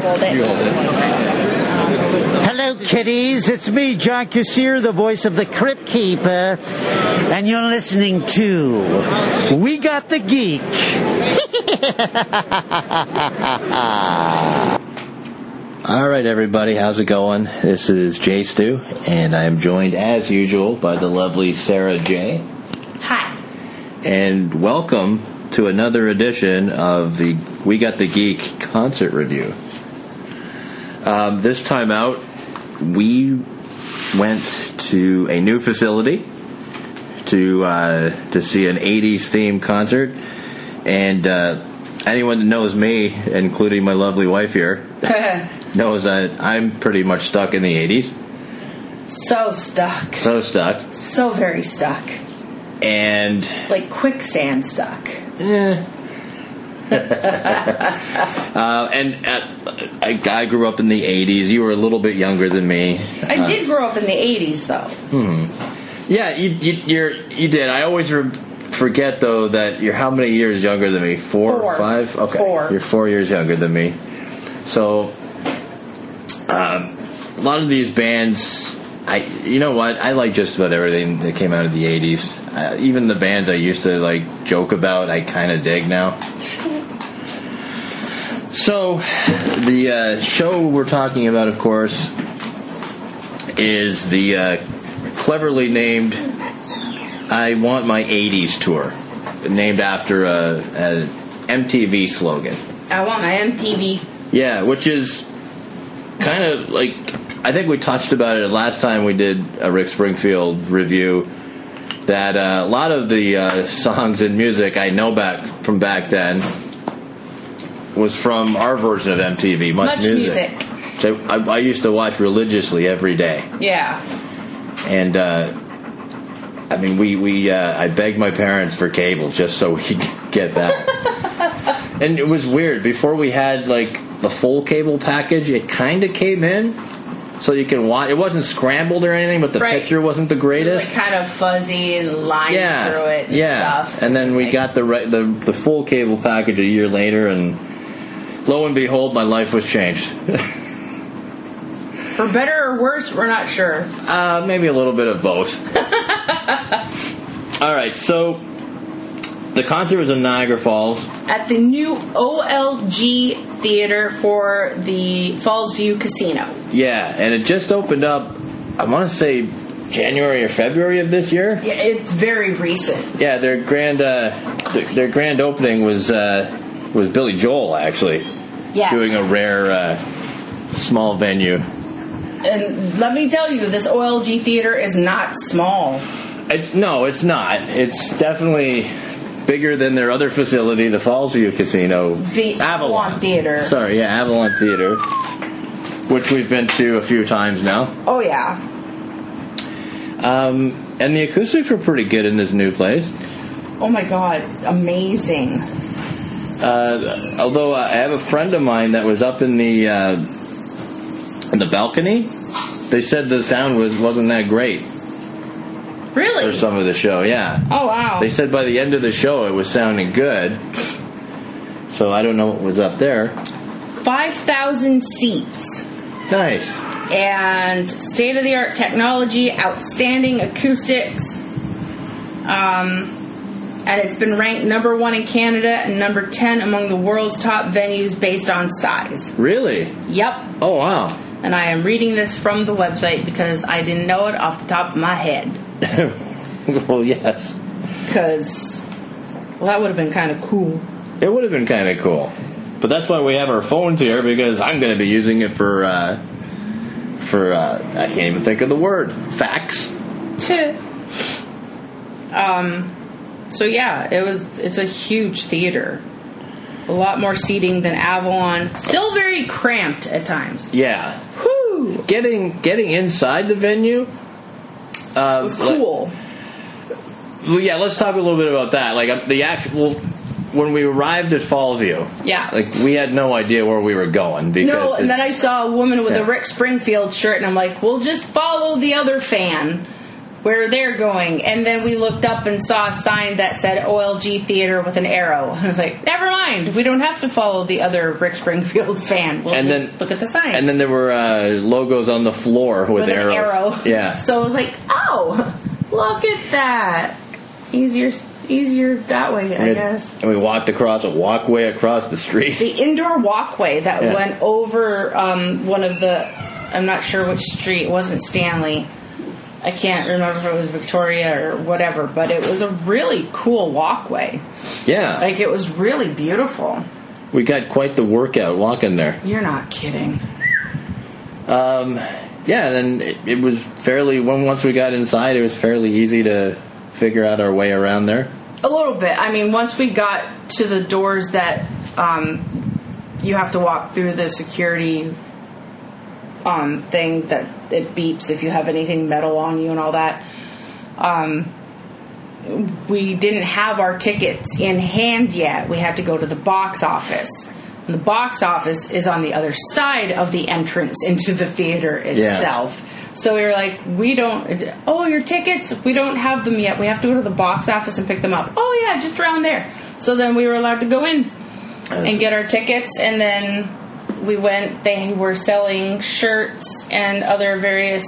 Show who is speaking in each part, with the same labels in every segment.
Speaker 1: Hold it.
Speaker 2: You hold it.
Speaker 3: Hello, kiddies. It's me, John Cusier, the voice of the Crypt Keeper, and you're listening to We Got the Geek.
Speaker 2: All right, everybody, how's it going? This is Jay Stu, and I am joined, as usual, by the lovely Sarah J.
Speaker 1: Hi.
Speaker 2: And welcome to another edition of the We Got the Geek concert review. Um, this time out, we went to a new facility to uh, to see an '80s themed concert, and uh, anyone that knows me, including my lovely wife here, knows that I'm pretty much stuck in the '80s.
Speaker 1: So stuck.
Speaker 2: So stuck,
Speaker 1: So very stuck.
Speaker 2: and
Speaker 1: Like quicksand stuck.
Speaker 2: uh, and uh, I, I grew up in the '80s. You were a little bit younger than me.
Speaker 1: I did grow up in the 80s, though.
Speaker 2: Yeah, you you you're, you did. I always re- forget though that you're how many years younger than me? Four,
Speaker 1: Four.
Speaker 2: or five? Okay,
Speaker 1: Four.
Speaker 2: you're four years younger than me. So, um, a lot of these bands, I you know what? I like just about everything that came out of the '80s. Uh, even the bands I used to like joke about, I kind of dig now. So, the uh, show we're talking about, of course, is the uh, cleverly named "I Want My '80s Tour," named after a, a MTV slogan.
Speaker 1: I want my MTV.
Speaker 2: Yeah, which is kind of like I think we touched about it last time we did a Rick Springfield review. That uh, a lot of the uh, songs and music I know back from back then was from our version of MTV, Much,
Speaker 1: Much Music.
Speaker 2: which I, I, I used to watch religiously every day
Speaker 1: Yeah.
Speaker 2: and uh, I mean, we we uh, I begged my parents for cable just so we could get that. and it was weird. Before we had like the full cable package, it kind of came in, so you can watch. It wasn't scrambled or anything, but the
Speaker 1: Right.
Speaker 2: picture wasn't the
Speaker 1: Like
Speaker 2: greatest.
Speaker 1: kind of fuzzy and lines
Speaker 2: yeah,
Speaker 1: through it and
Speaker 2: yeah.
Speaker 1: stuff.
Speaker 2: And then we got the, re- the the full cable package a year later, and lo and behold, my life was changed.
Speaker 1: For better or worse, we're not sure.
Speaker 2: Uh, maybe a little bit of both. All right, so the concert was in Niagara Falls.
Speaker 1: At the new OLG Theater for the Falls View Casino.
Speaker 2: Yeah, and it just opened up, I want to say January or February of this year.
Speaker 1: Yeah, it's very recent.
Speaker 2: Yeah, their grand uh, th- their grand opening was uh, was Billy Joel actually
Speaker 1: Yeah.
Speaker 2: doing a rare uh, small venue.
Speaker 1: And let me tell you, this OLG Theater is not small.
Speaker 2: It's no, it's not. It's definitely bigger than their other facility, the Fallsview Casino.
Speaker 1: The Avalon Theater.
Speaker 2: Sorry, yeah, Avalon Theater, which we've been to a few times now.
Speaker 1: Oh, yeah.
Speaker 2: Um, and the acoustics were pretty good in this new place.
Speaker 1: Oh my god, amazing.
Speaker 2: Uh, although I have a friend of mine that was up in the uh, in the balcony, they said the sound was wasn't that great for
Speaker 1: Really?
Speaker 2: some of the show. Yeah.
Speaker 1: Oh wow.
Speaker 2: They said by the end of the show it was sounding good. So I don't know what was up there.
Speaker 1: 5,000 seats
Speaker 2: Nice.
Speaker 1: and state of the art technology, outstanding acoustics. Um and it's been ranked number 1 in Canada and number 10 among the world's top venues based on size.
Speaker 2: Really?
Speaker 1: Yep.
Speaker 2: Oh wow.
Speaker 1: And I am reading this from the website because I didn't know it off the top of my head
Speaker 2: well, yes.
Speaker 1: cuz well that would have been kind of cool.
Speaker 2: It would have been kind of cool. But that's why we have our phones here because I'm going to be using it for uh, for uh, I can't even think of the word. Facts.
Speaker 1: um, so yeah, it was. It's a huge theater. A lot more seating than Avalon. Still very cramped at times.
Speaker 2: Yeah.
Speaker 1: Whew.
Speaker 2: Getting getting inside the venue uh,
Speaker 1: It was cool.
Speaker 2: well, yeah, let's talk a little bit about that. Like uh, the actual when we arrived at Fallsview.
Speaker 1: Yeah.
Speaker 2: Like we had no idea where we were going because
Speaker 1: No, and then I
Speaker 2: it's-
Speaker 1: saw a woman with
Speaker 2: yeah.
Speaker 1: a Rick Springfield shirt, and I'm like, "We'll just follow the other fan." where they're going. And then we looked up and saw a sign that said OLG Theater with an arrow. I was like, never mind. We don't have to follow the other Rick Springfield fan. We'll
Speaker 2: And
Speaker 1: just
Speaker 2: then-
Speaker 1: look at the sign.
Speaker 2: And then there were uh, logos on the floor with,
Speaker 1: with an
Speaker 2: arrows.
Speaker 1: arrow.
Speaker 2: Yeah.
Speaker 1: So I was like, oh, look at that. Easier, easier that way, I
Speaker 2: And-
Speaker 1: guess.
Speaker 2: And we walked across a walkway across the street.
Speaker 1: The indoor walkway that
Speaker 2: Yeah.
Speaker 1: went over um, one of the, I'm not sure which street. It wasn't Stanley. I can't remember if it was Victoria or whatever, but it was a really cool walkway.
Speaker 2: Yeah.
Speaker 1: Like it was really beautiful.
Speaker 2: we got quite the workout walking there.
Speaker 1: You're not kidding.
Speaker 2: Um, yeah, and then it, it was fairly, when once we got inside, it was fairly easy to figure out our way around there.
Speaker 1: A little bit. I mean, once we got to the doors that um, you have to walk through the security um, thing that it beeps if you have anything metal on you and all that. Um, we didn't have our tickets in hand yet. We had to go to the box office. And the box office is on the other side of the entrance into the theater itself. So we were like, we don't, oh, your tickets, we don't have them yet. We have to go to the box office and pick them up. Oh, yeah, just around there. So then we were allowed to go in and get our tickets. And then we went, they were selling shirts and other various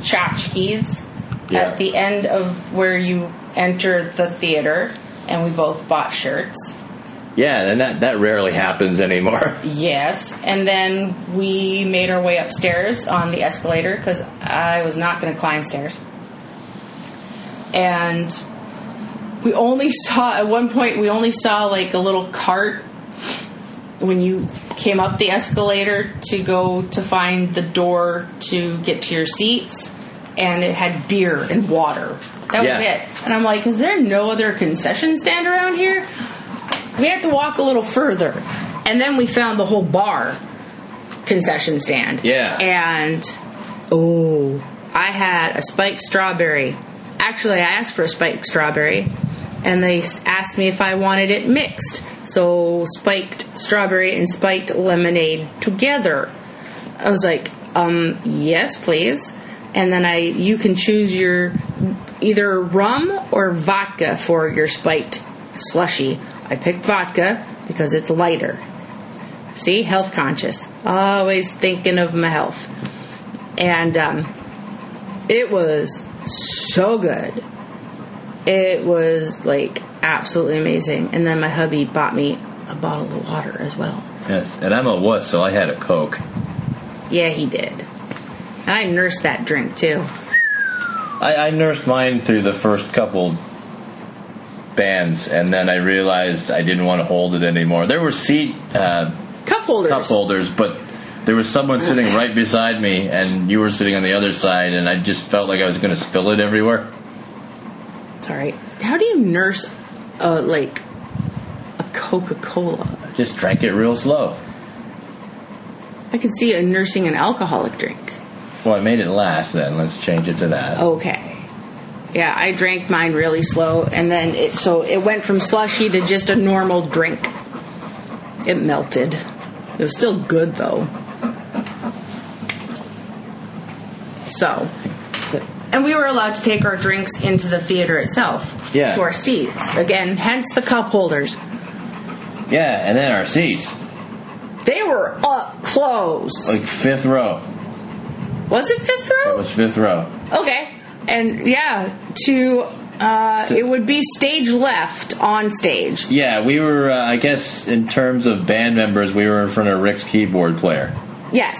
Speaker 1: tchotchkes
Speaker 2: Yeah.
Speaker 1: at the end of where you enter the theater, and we both bought shirts.
Speaker 2: Yeah, and that, that rarely happens anymore.
Speaker 1: Yes, and then we made our way upstairs on the escalator because I was not going to climb stairs. And we only saw at one point we only saw like a little cart when you came up the escalator to go to find the door to get to your seats, and it had beer and water. That
Speaker 2: Yeah.
Speaker 1: was it. And I'm like, is there no other concession stand around here? We had to walk a little further, and then we found the whole bar concession stand.
Speaker 2: Yeah.
Speaker 1: And oh, I had a spiked strawberry. Actually, I asked for a spiked strawberry, and they s- asked me if I wanted it mixed. So spiked strawberry and spiked lemonade together. I was like, um, yes, please. And then I, you can choose your either rum or vodka for your spiked slushy. I picked vodka because it's lighter. See, health conscious. Always thinking of my health. And um, it was so good. It was like absolutely amazing. And then my hubby bought me a bottle of water as well.
Speaker 2: Yes, and I'm a wuss, so I had a Coke.
Speaker 1: Yeah, he did. I nursed that drink too.
Speaker 2: I, I nursed mine through the first couple bands, and then I realized I didn't want to hold it anymore. There were seat uh,
Speaker 1: Cup holders.
Speaker 2: cup holders, but there was someone sitting right beside me, and you were sitting on the other side, and I just felt like I was going to spill it everywhere.
Speaker 1: It's all right. How do you nurse, uh, like, a Coca
Speaker 2: I
Speaker 1: Cola?
Speaker 2: just drank it real slow.
Speaker 1: I can see a nursing an alcoholic drink.
Speaker 2: Well, I made it last. Then let's change it to that.
Speaker 1: Okay. Yeah, I drank mine really slow, and then it so it went from slushy to just a normal drink. It melted. It was still good though. So, and we were allowed to take our drinks into the theater itself.
Speaker 2: Yeah.
Speaker 1: To our seats again, hence the cup holders. Oh.
Speaker 2: Yeah, and then our seats,
Speaker 1: They were up close.
Speaker 2: like fifth row.
Speaker 1: Was it fifth
Speaker 2: It
Speaker 1: row?
Speaker 2: was fifth row.
Speaker 1: Okay. And yeah, to uh, it would be stage left on stage.
Speaker 2: Yeah, we were. Uh, I guess in terms of band members, we were in front of Rick's keyboard player.
Speaker 1: Yes.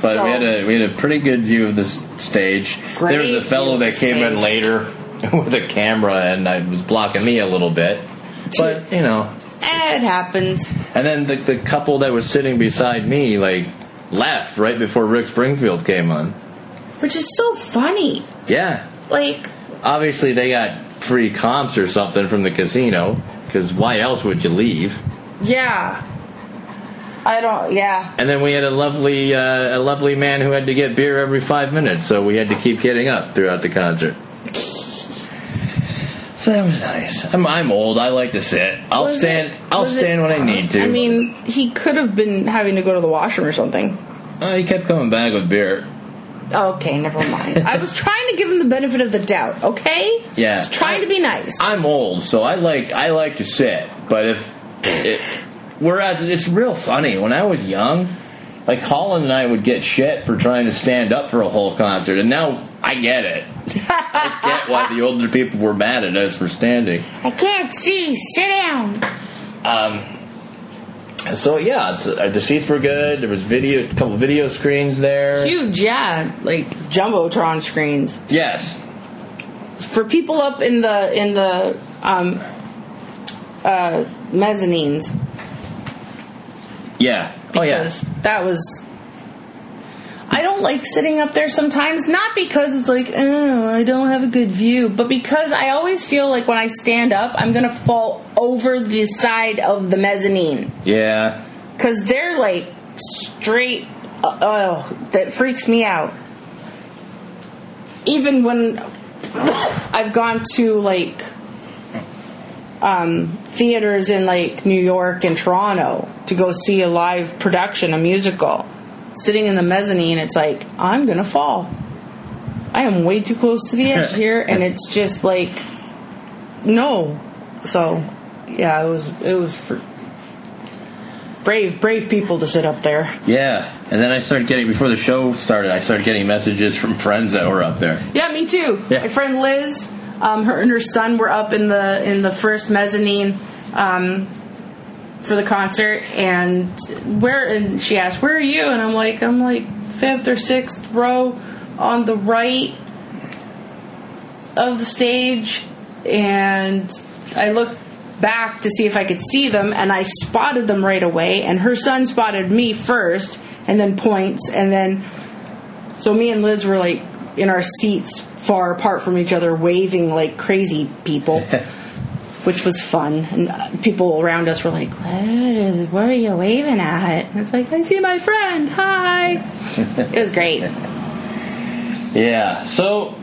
Speaker 2: But we
Speaker 1: So-
Speaker 2: had a we had a pretty good view of the s- stage. there
Speaker 1: Great
Speaker 2: was a fellow
Speaker 1: view
Speaker 2: that
Speaker 1: of the
Speaker 2: came in
Speaker 1: stage.
Speaker 2: later with a camera and I was blocking me a little bit. But you know,
Speaker 1: It happens.
Speaker 2: and then the the couple that was sitting beside me like left right before Rick Springfield came on.
Speaker 1: Which is so funny.
Speaker 2: Yeah,
Speaker 1: Like,
Speaker 2: obviously they got free comps or something from the casino because why else would you leave?
Speaker 1: yeah. I don't, yeah.
Speaker 2: And then we had a lovely uh, a lovely man who had to get beer every five minutes, so we had to keep getting up throughout the concert. So that was nice. I'm I'm old. I like to sit. I'll
Speaker 1: Was
Speaker 2: stand.
Speaker 1: it-
Speaker 2: I'll
Speaker 1: was it-
Speaker 2: stand when I need to.
Speaker 1: I mean, he could have been having to go to the washroom or something.
Speaker 2: uh, he kept coming back with beer.
Speaker 1: Okay, never mind. I was trying to give him the benefit of the doubt. Okay.
Speaker 2: Yeah.
Speaker 1: I was trying to be nice.
Speaker 2: I'm old, so I like I like to sit. But if it, whereas it's real funny when I was young, like Holland and I would get shit for trying to stand up for a whole concert, and now I get it. I get why the older people were mad at us for standing.
Speaker 1: I can't see. Sit down.
Speaker 2: Um, so yeah, it's, uh, the seats were good. There was video, a couple video screens there.
Speaker 1: Huge, yeah, like jumbotron screens.
Speaker 2: Yes,
Speaker 1: for people up in the in the um, uh, mezzanines.
Speaker 2: yeah, oh yeah.
Speaker 1: because that was. I don't like sitting up there sometimes, not because it's like oh I don't have a good view, but because I always feel like when I stand up I'm gonna fall over the side of the mezzanine
Speaker 2: Yeah.
Speaker 1: because they're like straight. Uh, oh, that freaks me out. Even when I've gone to like um, theaters in like New York and Toronto to go see a live production, a musical, sitting in the mezzanine, it's like I'm gonna fall. I am way too close to the edge here, and it's just like no. So yeah, it was it was for brave brave people to sit up there.
Speaker 2: Yeah, and then I started getting before the show started. I started getting messages from friends that were up there.
Speaker 1: Yeah, me too.
Speaker 2: Yeah.
Speaker 1: My friend Liz, um, her and her son were up in the in the first mezzanine um, for the concert, and where and she asked, "Where are you?" And I'm like, "I'm like fifth or sixth row on the right of the stage," and I looked back to see if I could see them, and I spotted them right away, and her son spotted me first, and then points, and then. So me and Liz were like in our seats far apart from each other, waving like crazy people, which was fun. And uh, people around us were like, "What is? What are you waving at?" And it's like, "I see my friend. Hi." it was great.
Speaker 2: Yeah, so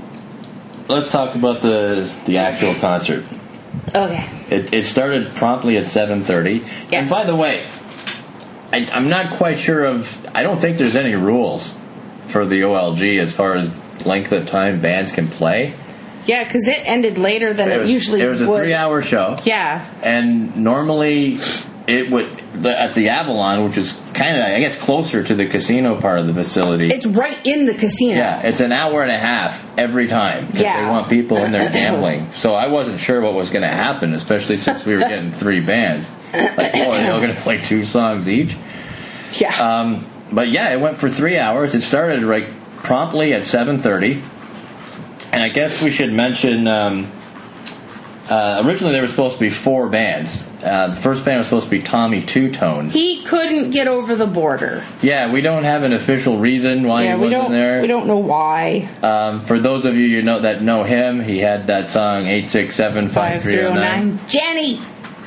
Speaker 2: let's talk about the the actual concert.
Speaker 1: Okay.
Speaker 2: It, it started promptly at seven thirty. And
Speaker 1: Yes.
Speaker 2: by the way, I, I'm not quite sure of. I don't think there's any rules for the OLG as far as length of time bands can play.
Speaker 1: Yeah, because it ended later than it,
Speaker 2: was,
Speaker 1: usually
Speaker 2: it was a
Speaker 1: would.
Speaker 2: three-hour show.
Speaker 1: Yeah.
Speaker 2: and normally it would the- at the Avalon, which is kind of I guess closer to the casino part of the facility.
Speaker 1: It's right in the casino.
Speaker 2: yeah, it's an hour and a half every time 'cause they
Speaker 1: Yeah.
Speaker 2: want people in there gambling. So I wasn't sure what was going to happen, especially since we were getting three bands. Like, oh, they're going to play two songs each.
Speaker 1: Yeah.
Speaker 2: Um, but yeah, it went for three hours. It started like promptly at seven thirty, and I guess we should mention. Um, uh, originally, there were supposed to be four bands. Uh, the first band was supposed to be Tommy Two Tone.
Speaker 1: he couldn't get over the border.
Speaker 2: Yeah, we don't have an official reason why
Speaker 1: yeah,
Speaker 2: Oh, he
Speaker 1: we
Speaker 2: wasn't
Speaker 1: don't.
Speaker 2: there.
Speaker 1: We don't know why.
Speaker 2: Um, for those of you you know that know him, he had that song eight six seven five three zero nine.
Speaker 1: oh Jenny.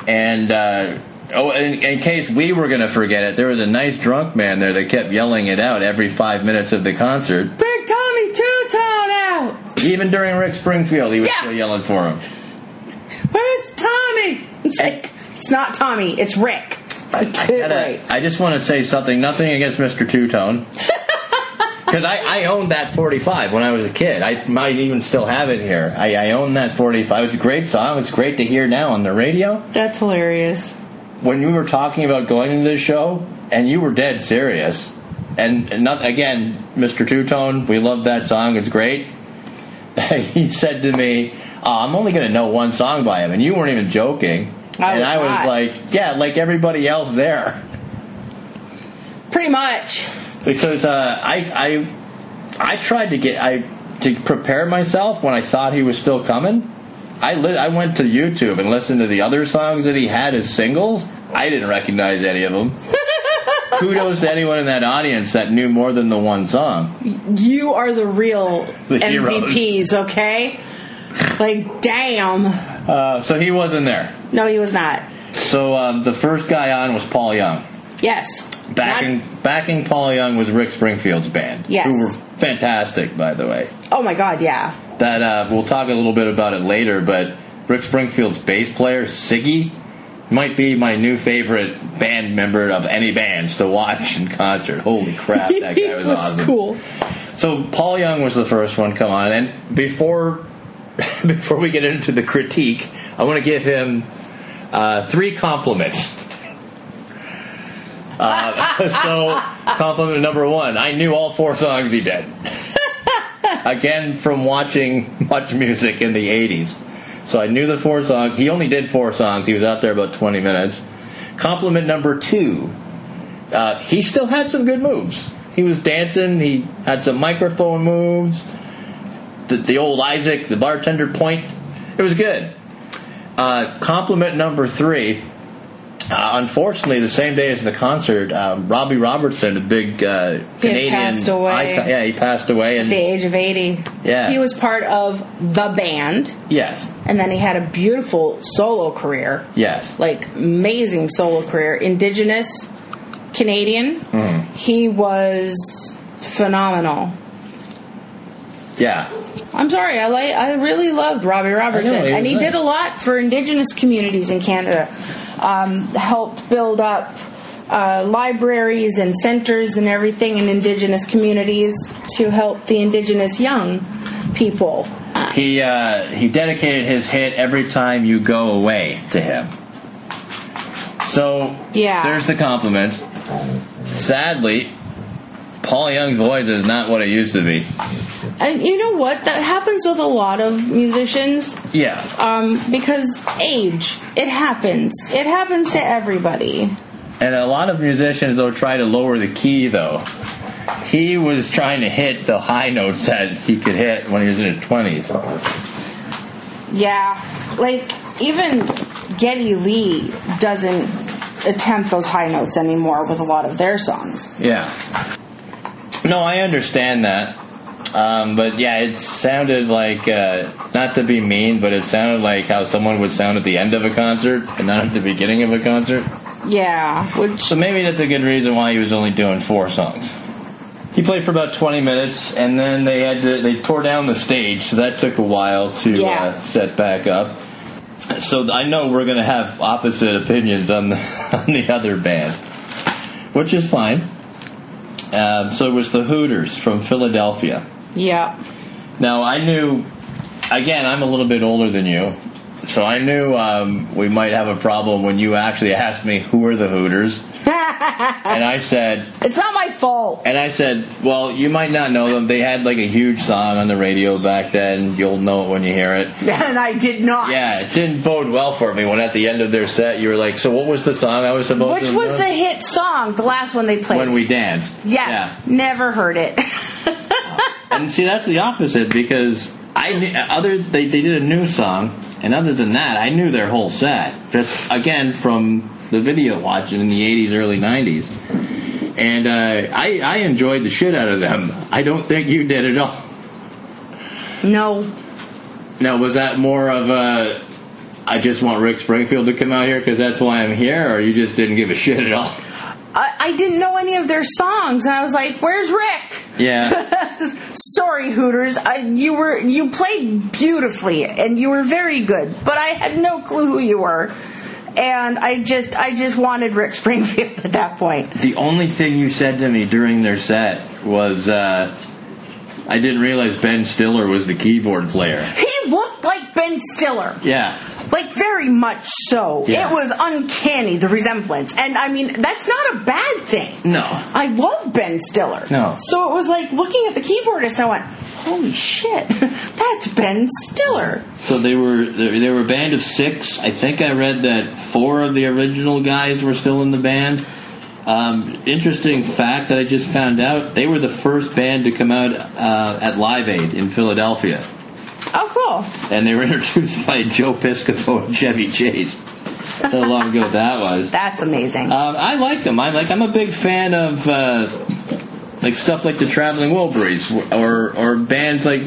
Speaker 2: And uh, oh, in, in case we were going to forget it, there was a nice drunk man there that kept yelling it out every five minutes of the concert.
Speaker 1: Big Tommy Two Tone out.
Speaker 2: Even during Rick Springfield, he was
Speaker 1: Yeah.
Speaker 2: still yelling for him.
Speaker 1: Where's Tommy? It's like it's not Tommy. It's Rick.
Speaker 2: I, gotta- I just want to say something. Nothing against Mr. Two Tone, because I, I owned that 45 when I was a kid. I might even still have it here. I, I own that 45. It's a great song. It's great to hear now on the radio.
Speaker 1: That's hilarious.
Speaker 2: When you were talking about going to this show, and you were dead serious, and, and not again, Mr. Two Tone. We love that song. It's great. he said to me, oh, I'm only going to know one song by him. And you weren't even joking.
Speaker 1: I
Speaker 2: and
Speaker 1: was
Speaker 2: I was
Speaker 1: not.
Speaker 2: like, yeah, like everybody else there.
Speaker 1: Pretty much.
Speaker 2: Because uh, I, I, I tried to get, I, to prepare myself when I thought he was still coming. I, li- I went to YouTube and listened to the other songs that he had as singles. I didn't recognize any of them. Kudos to anyone in that audience that knew more than the one song.
Speaker 1: You are the real
Speaker 2: The
Speaker 1: MVPs,
Speaker 2: heroes.
Speaker 1: okay? Like, damn.
Speaker 2: Uh, so he wasn't there.
Speaker 1: No, he was not.
Speaker 2: So um, the first guy on was Paul Young.
Speaker 1: Yes.
Speaker 2: Backing
Speaker 1: Not-
Speaker 2: backing Paul Young was Rick Springfield's band.
Speaker 1: Yes.
Speaker 2: Who were fantastic, by the way.
Speaker 1: oh my God, yeah.
Speaker 2: That uh, we'll talk a little bit about it later, but Rick Springfield's bass player, Siggy, might be my new favorite band member of any bands to watch in concert. Holy crap, that guy was,
Speaker 1: That's
Speaker 2: awesome.
Speaker 1: cool.
Speaker 2: So Paul Young was the first one. Come on, and before before we get into the critique, I want to give him uh, three compliments. Uh, so compliment number one: I knew all four songs he did. Again, from watching much music in the '80s, so I knew the four songs. He only did four songs. He was out there about 20 minutes. Compliment number two: uh, he still had some good moves. He was dancing. He had some microphone moves. The, the old Isaac, the bartender point. It was good. Uh, compliment number three. Uh, unfortunately, the same day as the concert, uh, Robbie Robertson, a big uh,
Speaker 1: He had
Speaker 2: Canadian
Speaker 1: passed away.
Speaker 2: icon- yeah, he passed away.
Speaker 1: At the
Speaker 2: And
Speaker 1: age of 80.
Speaker 2: Yeah.
Speaker 1: He was part of the band,
Speaker 2: yes,
Speaker 1: and then he had a beautiful solo career.
Speaker 2: yes,
Speaker 1: Like, amazing solo career. Indigenous, Canadian.
Speaker 2: Mm.
Speaker 1: He was phenomenal.
Speaker 2: yeah,
Speaker 1: I'm sorry, I like I really loved Robbie Robertson,
Speaker 2: I know, he
Speaker 1: and
Speaker 2: was
Speaker 1: he
Speaker 2: nice.
Speaker 1: did a lot for Indigenous communities in Canada. Um, helped build up uh, libraries and centers and everything in Indigenous communities to help the Indigenous young people.
Speaker 2: He uh, he dedicated his hit "Every Time You Go Away" to him. So
Speaker 1: Yeah.
Speaker 2: there's the compliments. Sadly, Paul Young's voice is not what it used to be.
Speaker 1: And you know what? That happens with a lot of musicians
Speaker 2: Yeah,
Speaker 1: um, because age. It happens. It happens to everybody.
Speaker 2: and a lot of musicians though try to lower the key though. He was trying to hit the high notes that he could hit when he was in his twenties.
Speaker 1: Yeah, like even Getty Lee doesn't attempt those high notes anymore with a lot of their songs.
Speaker 2: Yeah. No, I understand that. Um, but yeah, it sounded like, uh, not to be mean, but it sounded like how someone would sound at the end of a concert and not at the beginning of a concert.
Speaker 1: Yeah, which
Speaker 2: So maybe that's a good reason why he was only doing four songs. He played for about 20 minutes and then they had to, they tore down the stage, so that took a while to
Speaker 1: Yeah.
Speaker 2: uh, set back up. So I know we're going to have opposite opinions on the, on the other band, which is fine. Um, so it was the Hooters from Philadelphia.
Speaker 1: yeah,
Speaker 2: Now I knew, again, I'm a little bit older than you, so I knew um, we might have a problem when you actually asked me who are the Hooters, and I said,
Speaker 1: it's not my fault.
Speaker 2: and I said, well, you might not know them. They had like a huge song on the radio back then. You'll know it when you hear it.
Speaker 1: And I did not.
Speaker 2: Yeah, it didn't bode well for me when at the end of their set you were like, so what was the song I was supposed
Speaker 1: Which
Speaker 2: to
Speaker 1: was
Speaker 2: know?
Speaker 1: the hit song, the last one they played.
Speaker 2: when we danced.
Speaker 1: yeah, never heard it.
Speaker 2: And see, that's the opposite because I knew, other they, they did a new song, and other than that, I knew their whole set. Just again from the video watching in the '80s, early '90s, and uh, I I enjoyed the shit out of them. I don't think you did at all.
Speaker 1: no,
Speaker 2: Now, was that more of a I just want Rick Springfield to come out here because that's why I'm here, or you just didn't give a shit at all?
Speaker 1: I, I didn't know any of their songs, and I was like, "Where's Rick?"
Speaker 2: Yeah.
Speaker 1: Sorry, Hooters. I, you were you played beautifully and you were very good, but I had no clue who you were, and I just I just wanted Rick Springfield at that point.
Speaker 2: The only thing you said to me during their set was, uh, I didn't realize Ben Stiller was the keyboard player.
Speaker 1: He looked like Ben Stiller,
Speaker 2: Yeah.
Speaker 1: like very much so.
Speaker 2: Yeah.
Speaker 1: It was uncanny the resemblance, and I mean that's not a bad thing.
Speaker 2: No.
Speaker 1: I love Ben Stiller.
Speaker 2: No.
Speaker 1: So it was like looking at the keyboardist, I went, "Holy shit, that's Ben Stiller."
Speaker 2: So they were they they were a band of six. I think I read that four of the original guys were still in the band. Um, interesting fact that I just found out: they were the first band to come out uh, at Live Aid in Philadelphia,
Speaker 1: Oh, cool.
Speaker 2: and they were introduced by Joe Piscopo and Chevy Chase. How long ago that was.
Speaker 1: That's amazing.
Speaker 2: Um, I like them. I like. I'm a big fan of uh, like stuff like the Traveling Wilburys or or bands like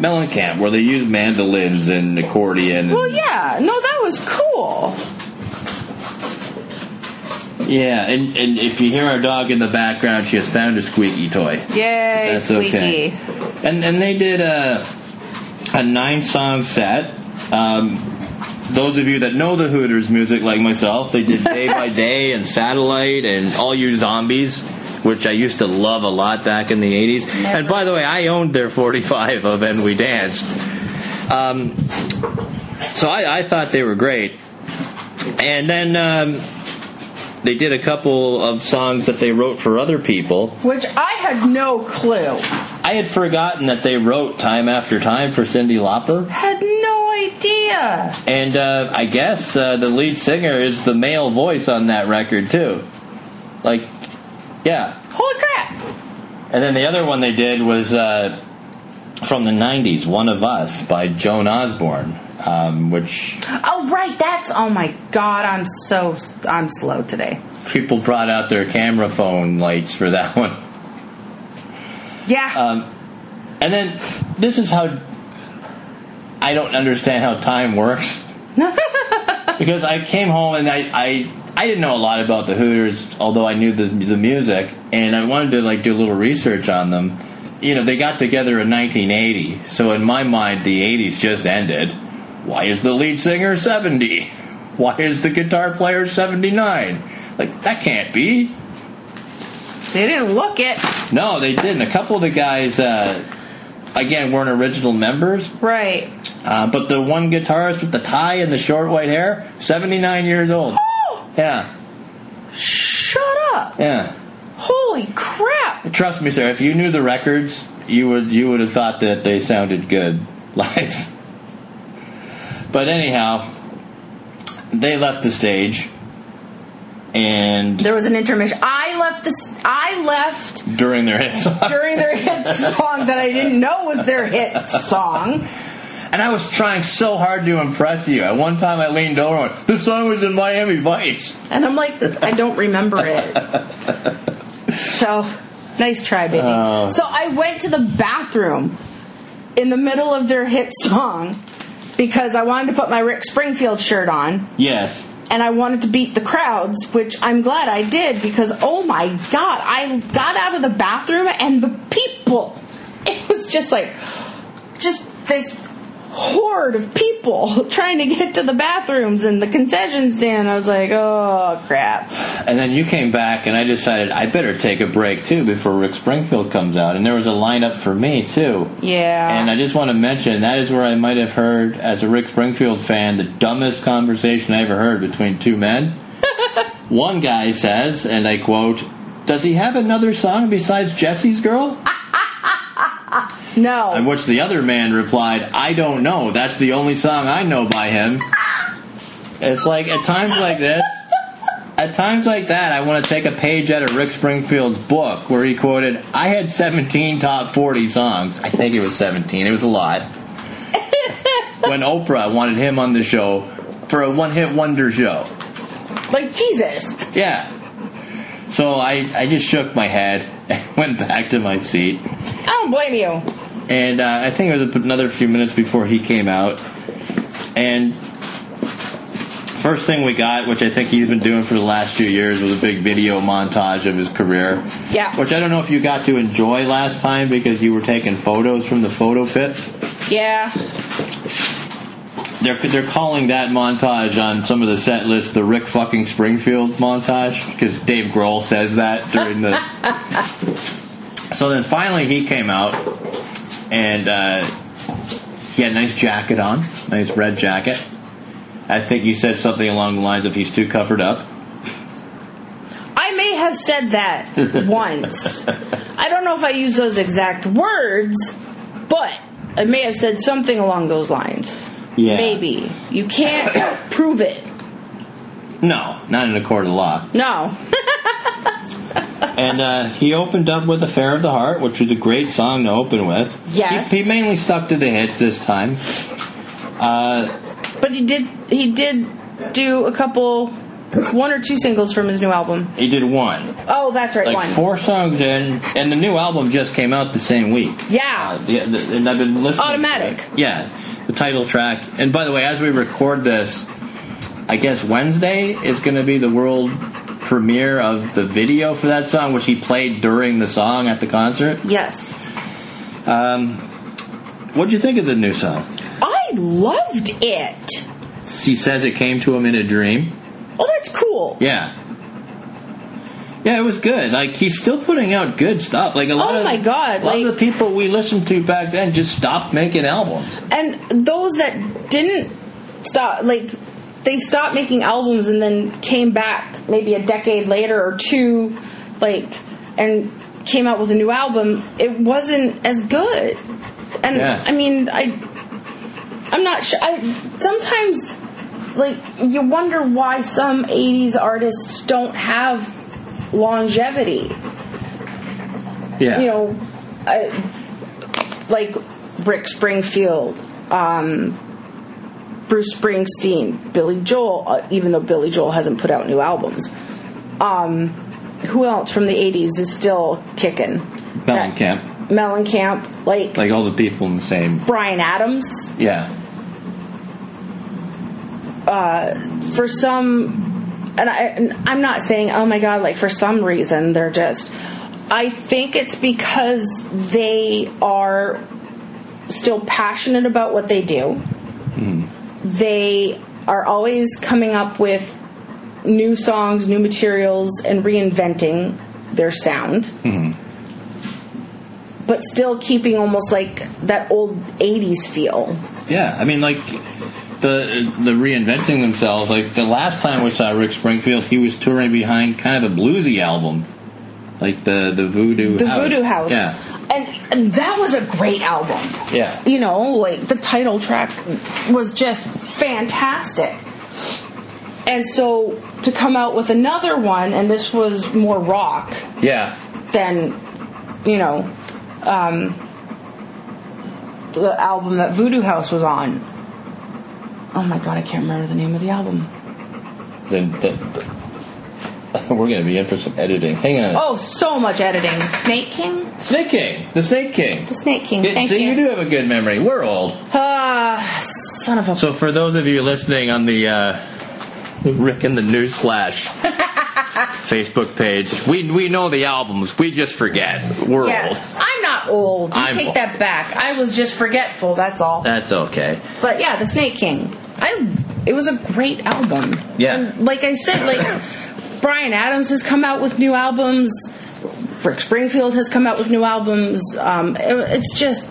Speaker 2: Mellencamp, where they use mandolins and accordion. And,
Speaker 1: Well, Oh, yeah. No, that was cool.
Speaker 2: yeah, and and if you hear our dog in the background, she has found a squeaky toy.
Speaker 1: Yay,
Speaker 2: That's
Speaker 1: squeaky.
Speaker 2: okay. And and they did a a nine song set. Um, those of you that know the Hooters music, like myself, they did Day by Day and Satellite and All You Zombies, which I used to love a lot back in the 80s. And by the way, I owned their 45 of And We Danced. Um, so I, I thought they were great. And then um, they did a couple of songs that they wrote for other people.
Speaker 1: Which I had no clue.
Speaker 2: I had forgotten that they wrote time after time for Cindy Lauper.
Speaker 1: Had no idea.
Speaker 2: And uh, I guess uh, the lead singer is the male voice on that record too. Like, yeah.
Speaker 1: Holy crap.
Speaker 2: And then the other one they did was uh, from the '90s, "One of Us" by Joan Osborne, um, which
Speaker 1: Oh right, that's oh my god, I'm so I'm slow today.
Speaker 2: people brought out their camera phone lights for that one.
Speaker 1: Yeah.
Speaker 2: Um, and then this is how I don't understand how time works. because I came home and I, I I didn't know a lot about the Hooters, although I knew the the music, and I wanted to like do a little research on them. You know, they got together in 1980, so in my mind, the 80s just ended. Why is the lead singer 70? Why is the guitar player 79? Like that can't be.
Speaker 1: they didn't look it.
Speaker 2: No, they didn't. A couple of the guys, uh, again, weren't original members,
Speaker 1: Right.
Speaker 2: uh, but the one guitarist with the tie and the short white hair, 79 years old. Yeah,
Speaker 1: Oh, Shut up.
Speaker 2: yeah.
Speaker 1: Holy crap.
Speaker 2: Trust me, sir. If you knew the records, you would you would have thought that they sounded good live. But anyhow, they left the stage, and
Speaker 1: There was an intermission. I left this I left
Speaker 2: during their hit song,
Speaker 1: during their hit song that I didn't know was their hit song.
Speaker 2: and I was trying so hard to impress you. At one time, I leaned over and went, "This song was in Miami Vice."
Speaker 1: And I'm like, I don't remember it. So, nice try, baby.
Speaker 2: Oh.
Speaker 1: So I went to the bathroom in the middle of their hit song because I wanted to put my Rick Springfield shirt on
Speaker 2: Yes,
Speaker 1: and I wanted to beat the crowds, which I'm glad I did because oh my god, I got out of the bathroom and the people. It was just like just this horde of people trying to get to the bathrooms and the concession stand. I was like, "Oh crap."
Speaker 2: And then you came back, and I decided I better take a break too before Rick Springfield comes out. And there was a lineup for me too.
Speaker 1: Yeah.
Speaker 2: And I just want to mention that is where I might have heard, as a Rick Springfield fan, the dumbest conversation I ever heard between two men. One guy says, and I quote, Does he have another song besides Jesse's Girl?
Speaker 1: no.
Speaker 2: And which the other man replied, I don't know. That's the only song I know by him. It's like at times like this, at times like that, I want to take a page out of Rick Springfield's book where he quoted, I had 17 top 40 songs. I think it was 17, it was a lot. when Oprah wanted him on the show for a one hit wonder show.
Speaker 1: like Jesus.
Speaker 2: Yeah. So I, I just shook my head and went back to my seat.
Speaker 1: I don't blame you.
Speaker 2: And uh, I think it was another few minutes before he came out. And first thing we got, which I think he's been doing for the last few years, was a big video montage of his career.
Speaker 1: Yeah.
Speaker 2: Which I don't know if you got to enjoy last time because you were taking photos from the photo pit.
Speaker 1: Yeah.
Speaker 2: They're, they're calling that montage on some of the set lists the Rick fucking Springfield montage because Dave Grohl says that during the. so then finally he came out and uh, he had a nice jacket on, nice red jacket. I think he said something along the lines of he's too covered up.
Speaker 1: I may have said that once. I don't know if I use those exact words, but I may have said something along those lines.
Speaker 2: Yeah.
Speaker 1: Maybe. You can't prove it.
Speaker 2: No, not in a court of law.
Speaker 1: No.
Speaker 2: And uh, he opened up with "Affair of the Heart," which was a great song to open with.
Speaker 1: Yes.
Speaker 2: He, he mainly stuck to the hits this time. Uh,
Speaker 1: but he did he did do a couple one or two singles from his new album.
Speaker 2: he did one.
Speaker 1: Oh, that's right,
Speaker 2: like
Speaker 1: one.
Speaker 2: four songs in, and the new album just came out the same week.
Speaker 1: Yeah.
Speaker 2: Uh, yeah, th- and I've been listening. to
Speaker 1: Automatic.
Speaker 2: it. yeah, the title track. And by the way, as we record this, I guess Wednesday is going to be the world premiere of the video for that song, which he played during the song at the concert.
Speaker 1: Yes.
Speaker 2: Um, what'd you think of the new song?
Speaker 1: I loved it.
Speaker 2: he says it came to him in a dream.
Speaker 1: Oh, that's cool.
Speaker 2: Yeah. Yeah, it was good. Like he's still putting out good stuff. Like a lot
Speaker 1: Oh
Speaker 2: of
Speaker 1: my God,
Speaker 2: a lot of
Speaker 1: like-
Speaker 2: the people we listened to back then just stopped making albums.
Speaker 1: And those that didn't stop, like, they stopped making albums and then came back maybe a decade later or two, like, and came out with a new album, it wasn't as good. And
Speaker 2: Yeah.
Speaker 1: I mean, I, I'm not sure. I sometimes, like, you wonder why some '80s artists don't have longevity
Speaker 2: Yeah.
Speaker 1: you know, I, like Rick Springfield, um, Bruce Springsteen, Billy Joel, uh, even though Billy Joel hasn't put out new albums. Um, who else from the 80s is still kicking?
Speaker 2: Mellencamp.
Speaker 1: That- Mellencamp, like,
Speaker 2: Like all the people in the same.
Speaker 1: Brian Adams.
Speaker 2: Yeah.
Speaker 1: For some, and, I, and I'm not saying, oh my God, like for some reason, they're just. I think it's because they are still passionate about what they do. They are always coming up with new songs, new materials, and reinventing their sound. But still keeping almost like that old 80s feel.
Speaker 2: Yeah. I mean, like the the reinventing themselves. Like the last time we saw Rick Springfield, he was touring behind kind of a bluesy album, like the the Voodoo
Speaker 1: The
Speaker 2: House.
Speaker 1: Voodoo House.
Speaker 2: Yeah.
Speaker 1: And, and that was a great album.
Speaker 2: Yeah.
Speaker 1: you know, like the title track was just fantastic. And so to come out with another one, and this was more rock
Speaker 2: Yeah.
Speaker 1: than, you know, um, the album that Voodoo House was on. Oh my god, I can't remember the name of the album.
Speaker 2: Then then- we're gonna be in for some editing. Hang on.
Speaker 1: Oh, so much editing. Snake King?
Speaker 2: Snake King. The Snake King.
Speaker 1: The Snake King.
Speaker 2: Yeah,
Speaker 1: Thank
Speaker 2: see,
Speaker 1: you.
Speaker 2: you do have a good memory. We're old.
Speaker 1: Ah, son of a.
Speaker 2: So for those of you listening on the uh, Rick and the News Slash Facebook page, we we know the albums. We just forget. We're
Speaker 1: Yeah.
Speaker 2: old.
Speaker 1: I'm not old. You
Speaker 2: I'm
Speaker 1: take
Speaker 2: old.
Speaker 1: that back. I was just forgetful, that's all.
Speaker 2: That's okay.
Speaker 1: But yeah, the Snake King. I it was a great album.
Speaker 2: Yeah.
Speaker 1: And like I said, like Brian Adams has come out with new albums. Rick Springfield has come out with new albums. Um, it- it's just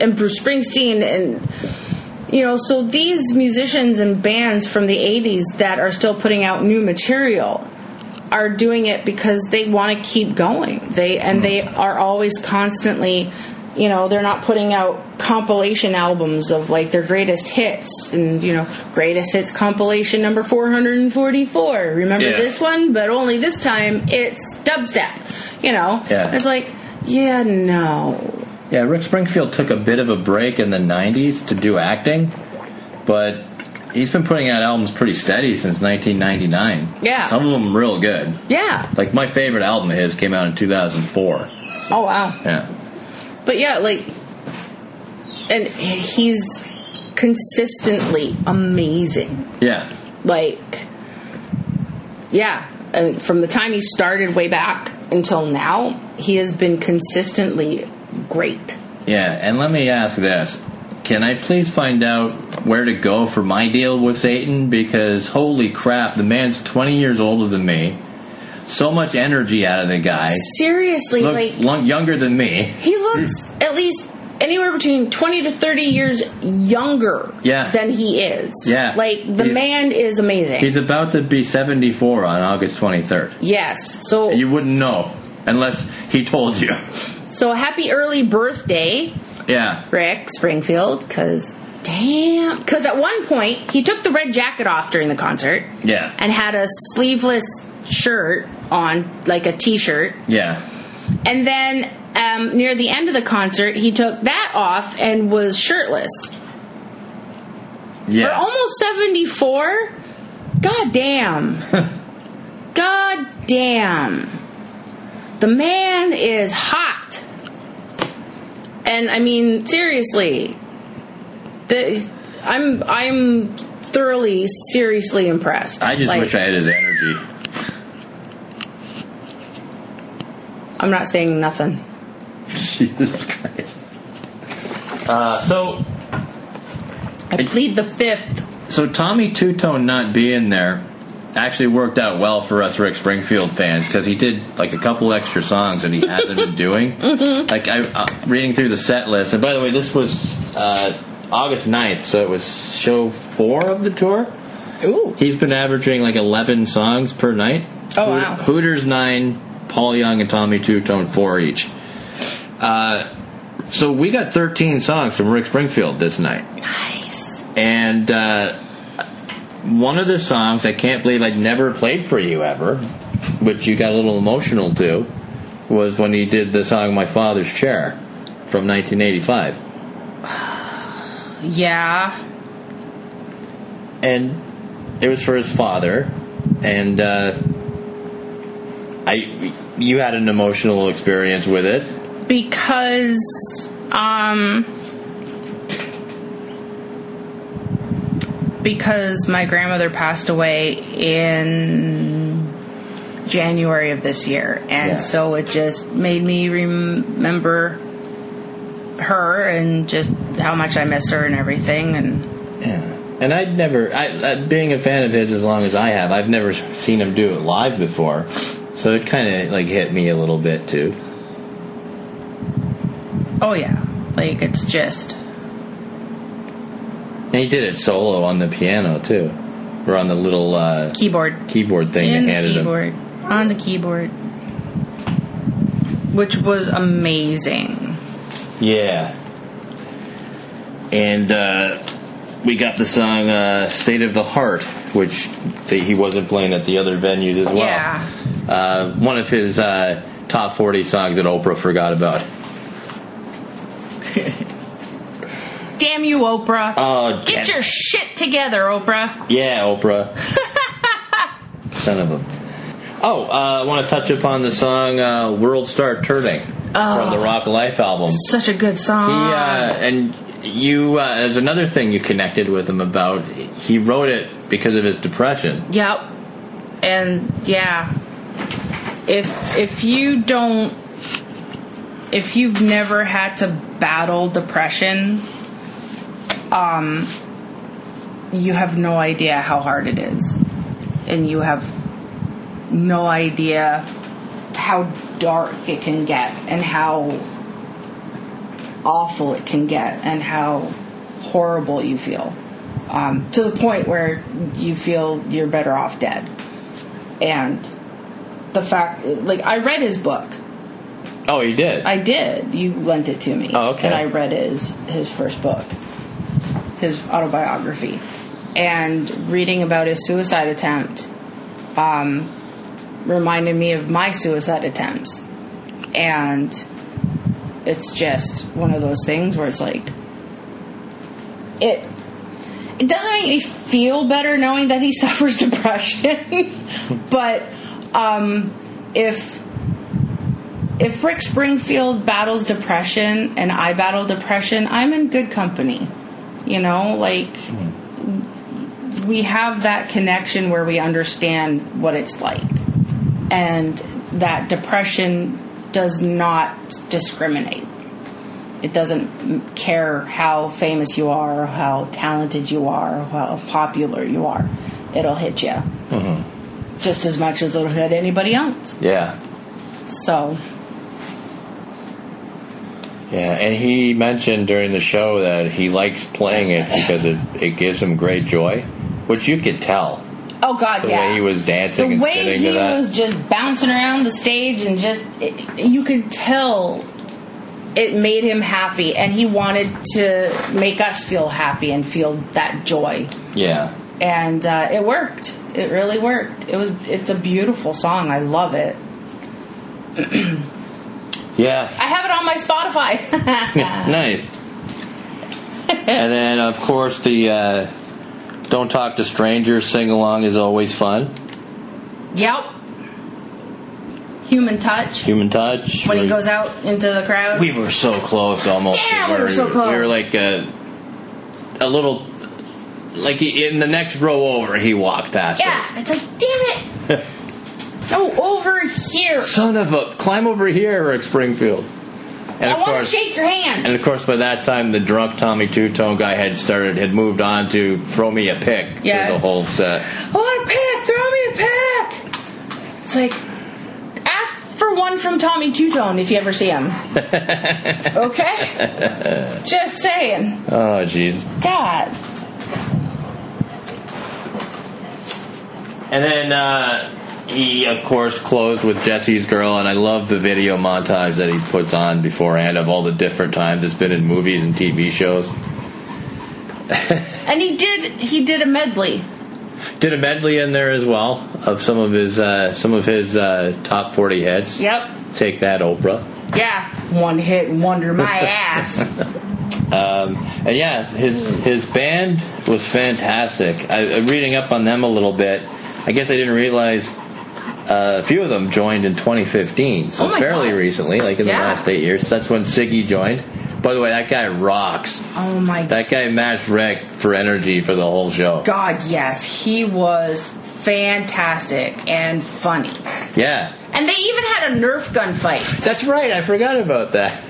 Speaker 1: and Bruce Springsteen and you know so these musicians and bands from the 80s that are still putting out new material are doing it because they want to keep going. They
Speaker 2: Hmm.
Speaker 1: and they are always constantly, you know, they're not putting out compilation albums of like their greatest hits and you know, greatest hits compilation number 444. Remember
Speaker 2: Yeah.
Speaker 1: this one, but only this time it's dubstep. You know,
Speaker 2: Yeah.
Speaker 1: it's like, yeah, no.
Speaker 2: Yeah, Rick Springfield took a bit of a break in the '90s to do acting, but he's been putting out albums pretty steady since 1999.
Speaker 1: Yeah.
Speaker 2: some of them real good.
Speaker 1: Yeah.
Speaker 2: Like my favorite album of his came out in 2004.
Speaker 1: Oh wow.
Speaker 2: Yeah,
Speaker 1: But yeah, like, and he's consistently amazing.
Speaker 2: yeah,
Speaker 1: like yeah I mean, from the time he started way back until now he has been consistently great
Speaker 2: yeah. And let me ask this: Can I please find out where to go for my deal with Satan? Because holy crap, the man's 20 years older than me. So much energy out of the guy.
Speaker 1: seriously
Speaker 2: Looks Hmm.
Speaker 1: like
Speaker 2: lo- younger than me.
Speaker 1: he looks at least anywhere between 20 to 30 years younger
Speaker 2: Yeah.
Speaker 1: than he is
Speaker 2: Yeah.
Speaker 1: like the
Speaker 2: He's-
Speaker 1: man is amazing
Speaker 2: He's about to be 74 on August 23rd.
Speaker 1: yes so
Speaker 2: You wouldn't know unless he told you.
Speaker 1: so happy early birthday
Speaker 2: Yeah.
Speaker 1: rick springfield because damn because at one point he took the red jacket off during the concert
Speaker 2: Yeah.
Speaker 1: and had a sleeveless shirt on, like a t-shirt.
Speaker 2: Yeah.
Speaker 1: And then um, near the end of the concert, he took that off and was shirtless. For
Speaker 2: Yeah.
Speaker 1: almost 74? God damn. God damn. The man is hot. And I mean, seriously. The, I'm I'm thoroughly seriously impressed.
Speaker 2: I just
Speaker 1: Like-
Speaker 2: wish I had his energy.
Speaker 1: I'm not saying nothing.
Speaker 2: Jesus Christ. Uh, so
Speaker 1: I plead the fifth.
Speaker 2: So Tommy Two Tone not being there actually worked out well for us Rick Springfield fans because he did like a couple extra songs that he hasn't been doing.
Speaker 1: Mm-hmm.
Speaker 2: Like I uh, reading through the set list, and by the way, this was uh, August 9th, so it was show four of the tour.
Speaker 1: Ooh.
Speaker 2: He's been averaging like 11 songs per night.
Speaker 1: Oh, wow.
Speaker 2: Hooters 9, Paul Young and Tommy Two Tone 4 each. Uh, so we got 13 songs from Rick Springfield this night.
Speaker 1: Nice.
Speaker 2: And uh, one of the songs I can't believe I'd never played for you ever, which you got a little emotional to, was when he did the song My Father's Chair from 1985.
Speaker 1: Yeah.
Speaker 2: and it was for his father and uh, i you had an emotional experience with it
Speaker 1: because um because my grandmother passed away in January of this year and
Speaker 2: Yeah.
Speaker 1: so it just made me remember her and just how much I miss her and everything and
Speaker 2: yeah and i'd never I, I being a fan of his as long as i have i've never seen him do it live before so it kind of like hit me a little bit too
Speaker 1: oh yeah like it's just
Speaker 2: and he did it solo on the piano too or on the little uh,
Speaker 1: keyboard
Speaker 2: keyboard thing
Speaker 1: in
Speaker 2: they
Speaker 1: the
Speaker 2: handed him
Speaker 1: keyboard on the keyboard which was amazing
Speaker 2: yeah and uh, we got the song uh, "State of the Heart," which th- he wasn't playing at the other venues as well.
Speaker 1: Yeah.
Speaker 2: Uh, one of his uh, top forty songs that Oprah forgot about.
Speaker 1: Damn you, Oprah.
Speaker 2: Oh,
Speaker 1: Get
Speaker 2: damn-
Speaker 1: your shit together, Oprah.
Speaker 2: yeah, Oprah. Son of a. Oh, uh, I want to touch upon the song uh, "World Star Turning"
Speaker 1: Oh.
Speaker 2: from the Rock Life album.
Speaker 1: Such a good song.
Speaker 2: He uh, and you. Uh, there's another thing you connected with him about. He wrote it because of his depression.
Speaker 1: Yep. And yeah. If if you don't if you've never had to battle depression, um you have no idea how hard it is. And you have no idea how dark it can get and how awful it can get and how horrible you feel um, to the point where you feel you're better off dead and the fact like i read his book
Speaker 2: Oh, he did.
Speaker 1: i did you lent it to me
Speaker 2: Oh, okay.
Speaker 1: and i read his his first book his autobiography and reading about his suicide attempt um, reminded me of my suicide attempts and it's just one of those things where it's like it it doesn't make me feel better knowing that he suffers depression but um if if Rick Springfield battles depression and I battle depression, I'm in good company. You know, like we have that connection where we understand what it's like. And that depression does not discriminate. It doesn't care how famous you are, or how talented you are, or how popular you are. It'll hit you just as much as it'll hit anybody else.
Speaker 2: yeah.
Speaker 1: So,
Speaker 2: Yeah, and he mentioned during the show that he likes playing it because it, it gives him great joy, which you could tell
Speaker 1: oh God,
Speaker 2: the
Speaker 1: yeah.
Speaker 2: way he was dancing and
Speaker 1: the way
Speaker 2: spinning
Speaker 1: he
Speaker 2: to that.
Speaker 1: was just bouncing around the stage and just it, you could tell it made him happy and he wanted to make us feel happy and feel that joy
Speaker 2: yeah,
Speaker 1: and uh, it worked it really worked it was it's a beautiful song i love it
Speaker 2: yeah,
Speaker 1: i have it on my spotify
Speaker 2: nice. and then of course the uh, "Don't Talk to Strangers" sing along is always fun.
Speaker 1: yep human touch
Speaker 2: Human touch.
Speaker 1: when he
Speaker 2: really-
Speaker 1: goes out into the crowd
Speaker 2: We were so close, almost.
Speaker 1: Damn, we were so close.
Speaker 2: We were like a, a little, like in the next row over. He walked past us.
Speaker 1: yeah it's like damn it no over here
Speaker 2: Son of a! Climb over here, Rick Springfield. And
Speaker 1: I
Speaker 2: of
Speaker 1: want
Speaker 2: course,
Speaker 1: to shake your hand.
Speaker 2: and of course, by that time, the drunk Tommy Two Tone guy had started, had moved on to throw me a pick
Speaker 1: Yeah.
Speaker 2: for the whole set.
Speaker 1: I want a pack. Throw me a pack. It's like ask for one from Tommy Two Tone if you ever see him. okay. Just saying.
Speaker 2: Oh, jeez.
Speaker 1: God.
Speaker 2: And then uh, he, of course, closed with Jesse's Girl, and I love the video montage that he puts on beforehand of all the different times it's been in movies and TV shows.
Speaker 1: And he did. He did a medley.
Speaker 2: Did a medley in there as well of some of his uh, some of his uh, top forty hits.
Speaker 1: Yep.
Speaker 2: Take that, Oprah.
Speaker 1: Yeah. One hit wonder. My ass.
Speaker 2: Um, and yeah, his his band was fantastic. I, I'm reading up on them a little bit. I guess I didn't realize uh, a few of them joined in 2015, so
Speaker 1: Oh my
Speaker 2: fairly
Speaker 1: God.
Speaker 2: recently, like in
Speaker 1: Yeah.
Speaker 2: the last eight years. That's when Siggy joined. By the way, that guy rocks.
Speaker 1: Oh my
Speaker 2: That guy matched Rick for energy for the whole show.
Speaker 1: God. Yes, he was fantastic and funny.
Speaker 2: Yeah,
Speaker 1: And they even had a Nerf gun fight.
Speaker 2: that's right. I forgot about that.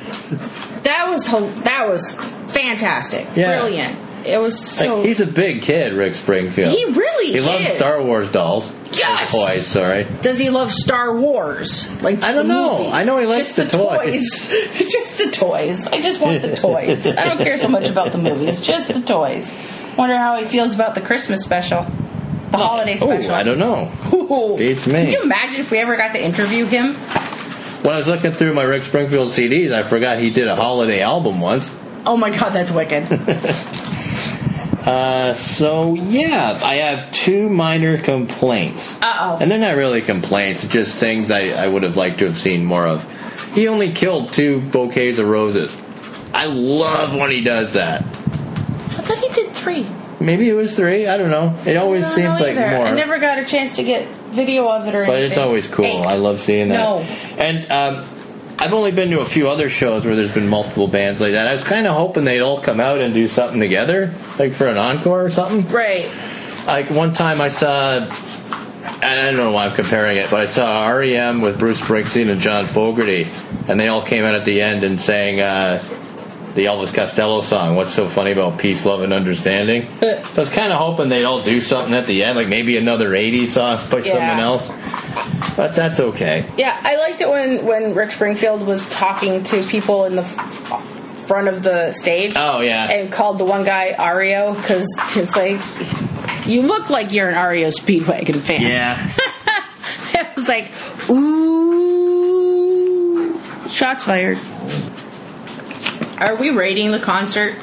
Speaker 1: That was hel- that was fantastic.
Speaker 2: Yeah.
Speaker 1: Brilliant. It was
Speaker 2: Like,
Speaker 1: so.
Speaker 2: he's a big kid, Rick Springfield.
Speaker 1: he really
Speaker 2: He loves
Speaker 1: is.
Speaker 2: Star Wars dolls.
Speaker 1: Yes!
Speaker 2: Or toys, sorry.
Speaker 1: Does he love Star Wars? Like
Speaker 2: I don't
Speaker 1: the
Speaker 2: know.
Speaker 1: movies?
Speaker 2: I know he likes
Speaker 1: Just
Speaker 2: the
Speaker 1: toys. just the toys. I just want the toys. I don't care so much about the movies. Just the toys. Wonder how he feels about the Christmas special, the holiday
Speaker 2: Oh,
Speaker 1: special.
Speaker 2: I don't know.
Speaker 1: Ooh.
Speaker 2: Beats me.
Speaker 1: Can you imagine if we ever got to interview him?
Speaker 2: When I was looking through my Rick Springfield CDs, I forgot he did a holiday album once.
Speaker 1: Oh my God, that's wicked.
Speaker 2: Uh, so yeah, I have two minor complaints.
Speaker 1: Uh-oh.
Speaker 2: And they're not really complaints, just things I, I would have liked to have seen more of. He only killed two bouquets of roses. I love when he does that.
Speaker 1: I thought he did three.
Speaker 2: Maybe it was three. I don't know. It always
Speaker 1: I don't
Speaker 2: seems
Speaker 1: know
Speaker 2: like
Speaker 1: either.
Speaker 2: more.
Speaker 1: I never got a chance to get video of it or
Speaker 2: But
Speaker 1: anything.
Speaker 2: it's always cool.
Speaker 1: Hey.
Speaker 2: I love seeing that.
Speaker 1: No.
Speaker 2: And um, I've only been to a few other shows where there's been multiple bands like that. I was kind of hoping they'd all come out and do something together, like for an encore or something.
Speaker 1: Right.
Speaker 2: Like one time I saw. I don't know why I'm comparing it, but I saw REM with Bruce Springsteen and John Fogerty, and they all came out at the end and sang uh, the Elvis Costello song, What's So Funny About Peace, Love, and Understanding. so I was kind of hoping they'd all do something at the end, like maybe another 80s song by
Speaker 1: Yeah.
Speaker 2: someone else. But that's okay.
Speaker 1: Yeah, I liked it when when Rick Springfield was talking to people in the f- front of the stage.
Speaker 2: Oh, yeah.
Speaker 1: And called the one guy Ario because it's like you look like you're an Ario Speedwagon fan.
Speaker 2: Yeah.
Speaker 1: I was like, ooh, shots fired. Are we rating the concert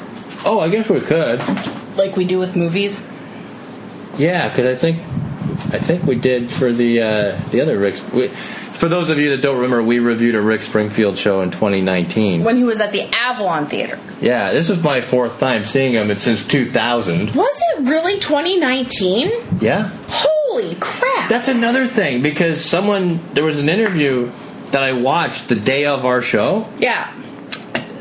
Speaker 2: oh, I guess we could.
Speaker 1: like we do with movies?
Speaker 2: Yeah, because I think I think we did for the uh, the other Rick. We, for those of you that don't remember, we reviewed a Rick Springfield show in 2019.
Speaker 1: When he was at the Avalon Theater.
Speaker 2: Yeah, this is my fourth time seeing him it's since 2000.
Speaker 1: Was it really 2019?
Speaker 2: Yeah,
Speaker 1: Holy crap!
Speaker 2: that's another thing because someone there was an interview that I watched the day of our show
Speaker 1: yeah.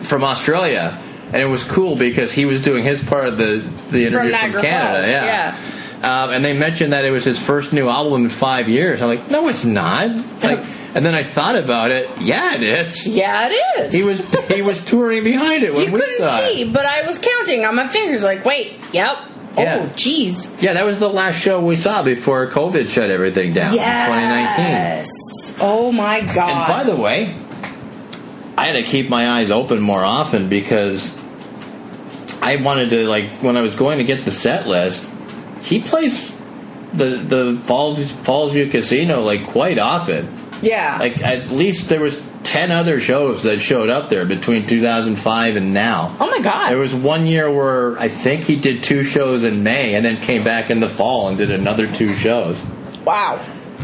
Speaker 2: from Australia, and it was cool because he was doing his part of the the interview from,
Speaker 1: Niagara
Speaker 2: Canada.
Speaker 1: Falls,
Speaker 2: yeah.
Speaker 1: yeah.
Speaker 2: Um, and they mentioned that it was his first new album in five years. I'm like, no, it's not. Like, and then I thought about it. Yeah, it is.
Speaker 1: Yeah, it is.
Speaker 2: He was he was touring behind it when
Speaker 1: you
Speaker 2: we
Speaker 1: couldn't
Speaker 2: saw it.
Speaker 1: see, but I was counting on my fingers, like, wait, yep.
Speaker 2: Yeah.
Speaker 1: Oh, jeez.
Speaker 2: Yeah, that was the last show we saw before COVID shut everything down in 2019.
Speaker 1: Yes. Oh my god.
Speaker 2: And by the way, I had to keep my eyes open more often because I wanted to like when I was going to get the set list. He plays the the Falls Fallsview Casino like quite often.
Speaker 1: yeah.
Speaker 2: Like at least there was ten other shows that showed up there between 2005 and now.
Speaker 1: oh my god.
Speaker 2: There was one year where I think he did two shows in May and then came back in the fall and did another two shows.
Speaker 1: wow.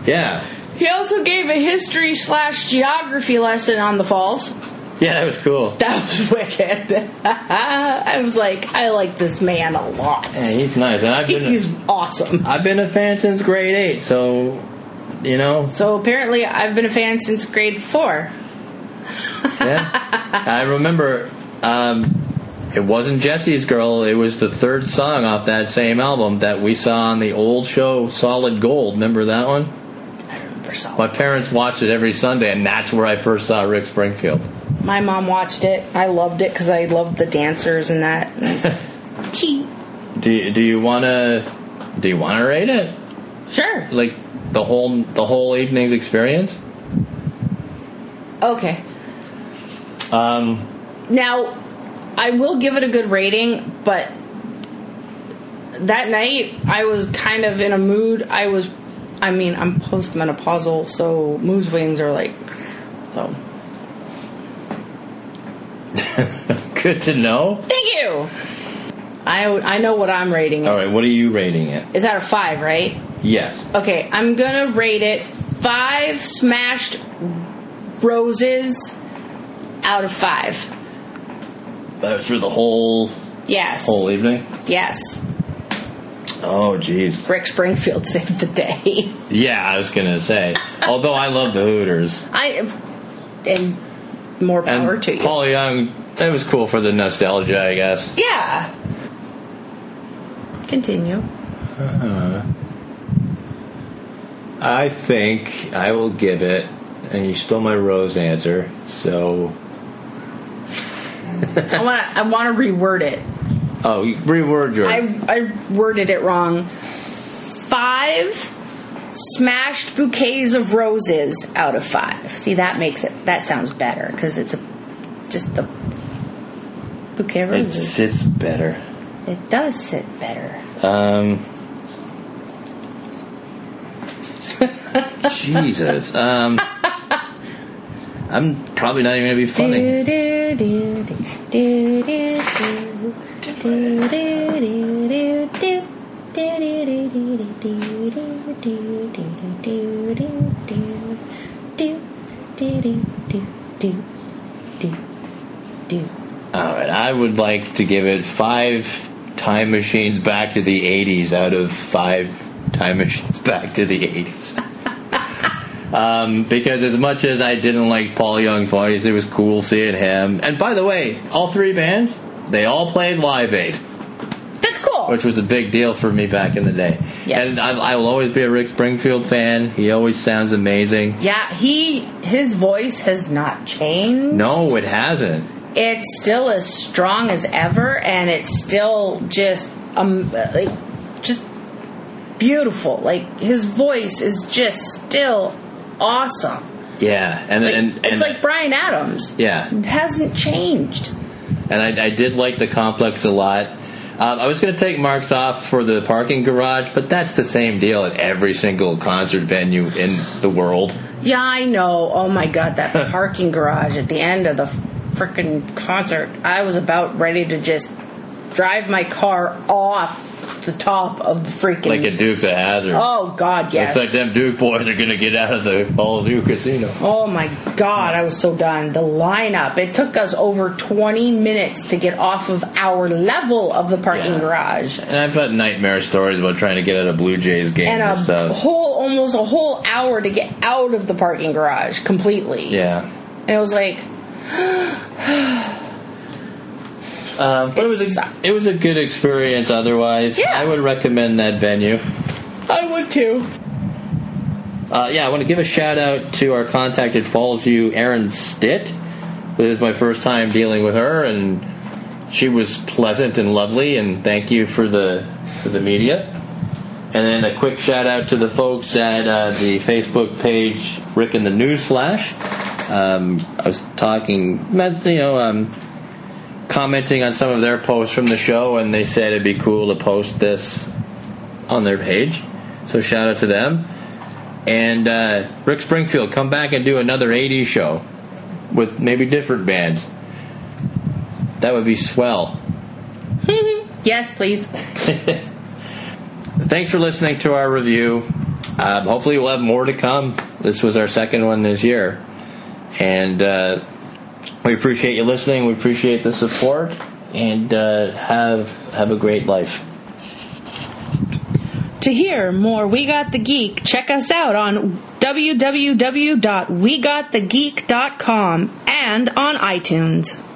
Speaker 2: Yeah.
Speaker 1: He also gave a history slash geography lesson on the falls.
Speaker 2: Yeah, that was cool.
Speaker 1: That was wicked. I was like, I like this man a lot.
Speaker 2: Yeah, he's nice. And I've been
Speaker 1: He's awesome.
Speaker 2: I've been a fan since grade eight, so you know,
Speaker 1: So apparently, I've been a fan since grade four.
Speaker 2: yeah. I remember um, it wasn't Jesse's Girl. It was the third song off that same album that we saw on the old show, Solid Gold. Remember that one? My parents watched it every Sunday, and that's where I first saw Rick Springfield.
Speaker 1: My mom watched it. I loved it because I loved the dancers and that. Tea.
Speaker 2: Do you, do you wanna do you wanna rate it?
Speaker 1: Sure.
Speaker 2: Like the whole the whole evening's experience?
Speaker 1: Okay.
Speaker 2: Um,
Speaker 1: Now, I will give it a good rating, but that night I was kind of in a mood. I was, I mean, I'm postmenopausal, so mood swings are like, so.
Speaker 2: good to know.
Speaker 1: Thank you. I I know what I'm rating. it.
Speaker 2: All right, what are you rating it?
Speaker 1: It's out of five, right?
Speaker 2: Yes.
Speaker 1: Okay, I'm gonna rate it five smashed roses out of five.
Speaker 2: That was for the whole
Speaker 1: Yes.
Speaker 2: whole evening.
Speaker 1: Yes.
Speaker 2: Oh, jeez.
Speaker 1: Rick Springfield saved the day.
Speaker 2: Yeah, I was gonna say. Although I love the Hooters.
Speaker 1: I and more
Speaker 2: And
Speaker 1: power to you.
Speaker 2: Paul Young, it was cool for the nostalgia, I guess.
Speaker 1: yeah. Continue.
Speaker 2: I think I will give it, and you stole my rose answer, so.
Speaker 1: I want to I want to reword it.
Speaker 2: Oh, you- reword your.
Speaker 1: I I worded it wrong. Five smashed bouquets of roses out of five. See, that makes it that sounds better because it's a just the bouquet of
Speaker 2: it
Speaker 1: roses.
Speaker 2: sits better.
Speaker 1: it does sit better.
Speaker 2: Um. Jesus. Um. I'm probably not even gonna be funny.
Speaker 1: Do, do, do, do, do, do, do. Do, do, do, do, do. Do, do, do, do, do, do, do, do, do, do, do, do. Do, do, do, do, do, do, do.
Speaker 2: All right, I would like to give it five time machines back to the '80s out of five time machines back to the '80s. um, because as much as I didn't like Paul Young's voice, it was cool seeing him. And by the way, all three bands they all played Live Aid.
Speaker 1: That's cool.
Speaker 2: which was a big deal for me back in the day.
Speaker 1: Yes.
Speaker 2: And I, I will always be a Rick Springfield fan. He always sounds amazing.
Speaker 1: Yeah, he his voice has not changed.
Speaker 2: No, it hasn't.
Speaker 1: It's still as strong as ever, and it's still just um, like, just beautiful. Like his voice is just still awesome.
Speaker 2: Yeah, and
Speaker 1: Like,
Speaker 2: and, and
Speaker 1: it's like Brian Adams.
Speaker 2: yeah,
Speaker 1: It hasn't changed.
Speaker 2: and I, I did like the complex a lot. Um, I was going to take marks off for the parking garage, but that's the same deal at every single concert venue in the world.
Speaker 1: Yeah, I know. Oh my god, that parking garage at the end of the freaking concert. I was about ready to just drive my car off the top of the freaking
Speaker 2: Like at Duke's a hazard.
Speaker 1: Oh God, yes.
Speaker 2: Looks like them Duke boys are going to get out of the Paul Duke Casino.
Speaker 1: oh my God, I was so done. The lineup. It took us over 20 minutes to get off of our level of the parking
Speaker 2: Yeah.
Speaker 1: garage,
Speaker 2: And I've had nightmare stories about trying to get out of Blue Jays game
Speaker 1: and um,
Speaker 2: and,
Speaker 1: a
Speaker 2: stuff.
Speaker 1: whole, almost a whole hour to get out of the parking garage completely.
Speaker 2: yeah.
Speaker 1: And it was like,
Speaker 2: Um, but it,
Speaker 1: It
Speaker 2: was a
Speaker 1: sucked.
Speaker 2: it was a good experience. Otherwise,
Speaker 1: Yeah.
Speaker 2: I would recommend that venue.
Speaker 1: I would too.
Speaker 2: Uh, yeah, I want to give a shout out to our contact at Fallsview, Erin Stitt. This is my first time dealing with her, and she was pleasant and lovely. And thank you for the for the media. And then a quick shout out to the folks at uh, the Facebook page, Rick and the Newsflash. Um, I was talking, you know, um, commenting on some of their posts from the show, and they said it'd be cool to post this on their page. So shout out to them. And uh, Rick Springfield, come back and do another 80s show with maybe different bands. That would be swell.
Speaker 1: yes, please.
Speaker 2: Thanks for listening to our review. Um, hopefully, we'll have more to come. This was our second one this year. And uh, we appreciate you listening. We appreciate the support. And uh, have have a great life.
Speaker 1: To hear more We Got the Geek, check us out on www.wegotthegeek.com and on iTunes.